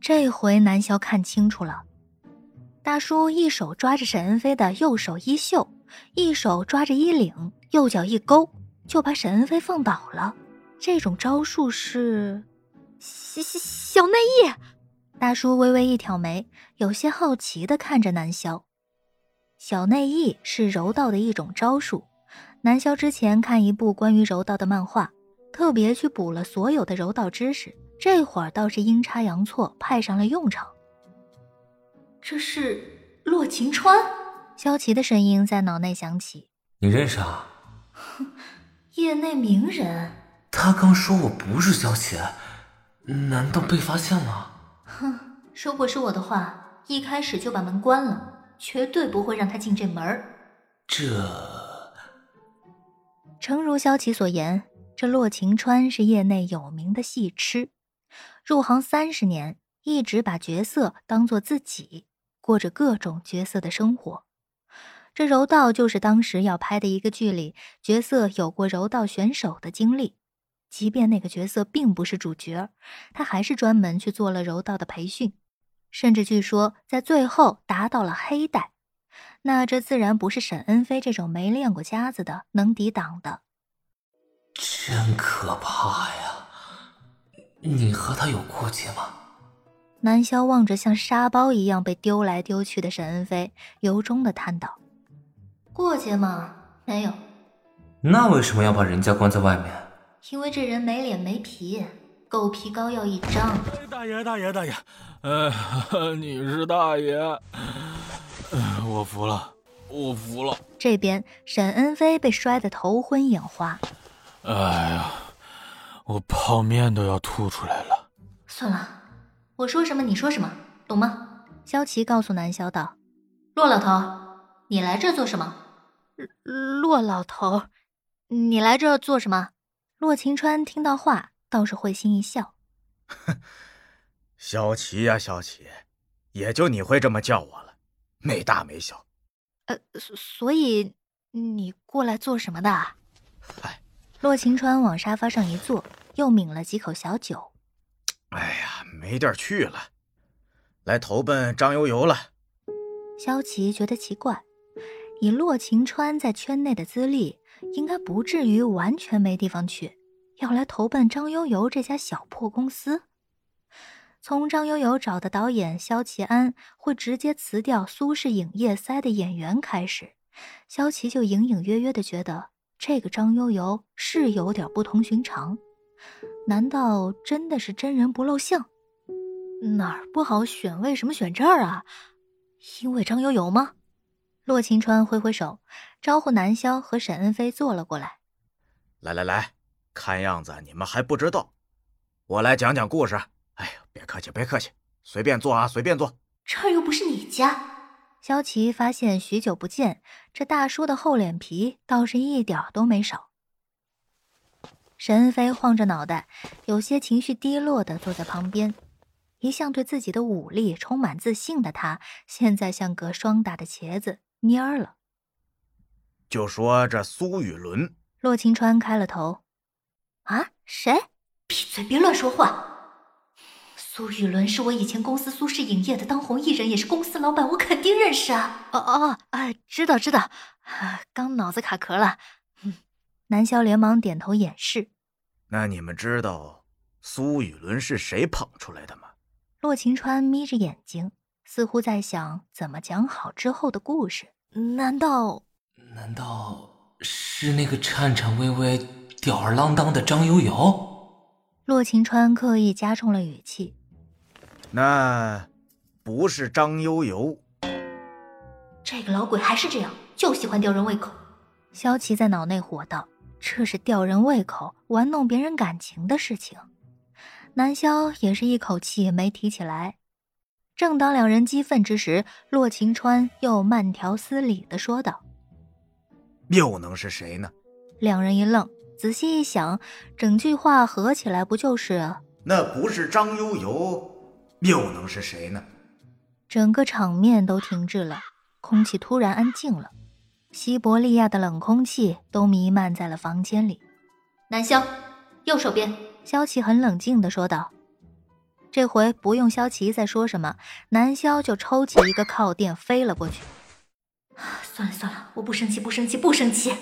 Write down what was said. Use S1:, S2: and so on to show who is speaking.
S1: 这回南萧看清楚了，大叔一手抓着沈恩飞的右手衣袖，一手抓着衣领，右脚一勾，就把沈恩飞放倒了。这种招数是
S2: 小小小内衣。
S1: 大叔微微一挑眉，有些好奇的看着南萧。小内意是柔道的一种招数。南萧之前看一部关于柔道的漫画，特别去补了所有的柔道知识，这会儿倒是阴差阳错派上了用场。
S2: 这是洛晴川，
S1: 萧琪的声音在脑内响起。
S3: 你认识啊？
S2: 业内名人。
S3: 他刚说我不是萧琪，难道被发现了？
S2: 哼，如果是我的话，一开始就把门关了。绝对不会让他进这门儿。
S3: 这，
S1: 诚如萧琪所言，这洛晴川是业内有名的戏痴，入行三十年，一直把角色当做自己，过着各种角色的生活。这柔道就是当时要拍的一个剧里角色有过柔道选手的经历，即便那个角色并不是主角，他还是专门去做了柔道的培训。甚至据说在最后达到了黑带，那这自然不是沈恩飞这种没练过家子的能抵挡的。
S3: 真可怕呀！你和他有过节吗？
S1: 南萧望着像沙包一样被丢来丢去的沈恩飞，由衷的叹道：“
S2: 过节嘛，没有。
S3: 那为什么要把人家关在外面？
S2: 因为这人没脸没皮。”狗皮膏药一张。
S4: 大爷，大爷，大爷，呃，你是大爷，呃、我服了，我服了。
S1: 这边沈恩飞被摔得头昏眼花。
S4: 哎呀，我泡面都要吐出来了。
S2: 算了，我说什么你说什么，懂吗？
S1: 萧琪告诉南萧道：“
S2: 骆老头，你来这做什么？”
S1: 骆老头，你来这做什么？骆晴川听到话。倒是会心一笑，
S5: 哼，小琪呀、啊，小琪，也就你会这么叫我了，没大没小。
S1: 呃，所以你过来做什么的？啊
S5: 嗨，
S1: 洛晴川往沙发上一坐，又抿了几口小酒。
S5: 哎呀，没地儿去了，来投奔张悠悠了。
S1: 萧琪觉得奇怪，以洛晴川在圈内的资历，应该不至于完全没地方去。要来投奔张悠悠这家小破公司，从张悠悠找的导演萧齐安会直接辞掉苏氏影业塞的演员开始，萧齐就隐隐约约的觉得这个张悠悠是有点不同寻常，难道真的是真人不露相？哪儿不好选，为什么选这儿啊？因为张悠悠吗？洛晴川挥挥手，招呼南萧和沈恩飞坐了过来。
S5: 来来来。看样子你们还不知道，我来讲讲故事。哎呀，别客气，别客气，随便坐啊，随便坐。
S2: 这儿又不是你家。
S1: 萧琪发现许久不见，这大叔的厚脸皮倒是一点都没少。沈恩飞晃着脑袋，有些情绪低落的坐在旁边。一向对自己的武力充满自信的他，现在像个霜打的茄子，蔫儿了。
S5: 就说这苏雨伦，
S1: 骆晴川开了头。啊，谁？
S2: 闭嘴，别乱说话。苏雨伦是我以前公司苏氏影业的当红艺人，也是公司老板，我肯定认识啊。
S1: 哦哦，哎，知道知道，啊、刚脑子卡壳了。嗯，南萧连忙点头掩饰。
S5: 那你们知道苏雨伦是谁捧出来的吗？
S1: 洛晴川眯着眼睛，似乎在想怎么讲好之后的故事。难道？
S3: 难道是那个颤颤巍巍？吊儿郎当的张悠悠，
S1: 洛晴川刻意加重了语气。
S5: 那不是张悠悠，
S2: 这个老鬼还是这样，就喜欢吊人胃口。
S1: 萧琪在脑内火道：“这是吊人胃口、玩弄别人感情的事情。”南萧也是一口气没提起来。正当两人激愤之时，洛晴川又慢条斯理的说道：“
S5: 又能是谁呢？”
S1: 两人一愣。仔细一想，整句话合起来不就是
S5: “那不是张悠悠，又能是谁呢？”
S1: 整个场面都停滞了，空气突然安静了，西伯利亚的冷空气都弥漫在了房间里。
S2: 南萧，右手边，
S1: 萧琪很冷静地说道：“这回不用萧琪再说什么，南萧就抽起一个靠垫飞了过去。
S2: 啊算了算了，我不生气，不生气，不生气。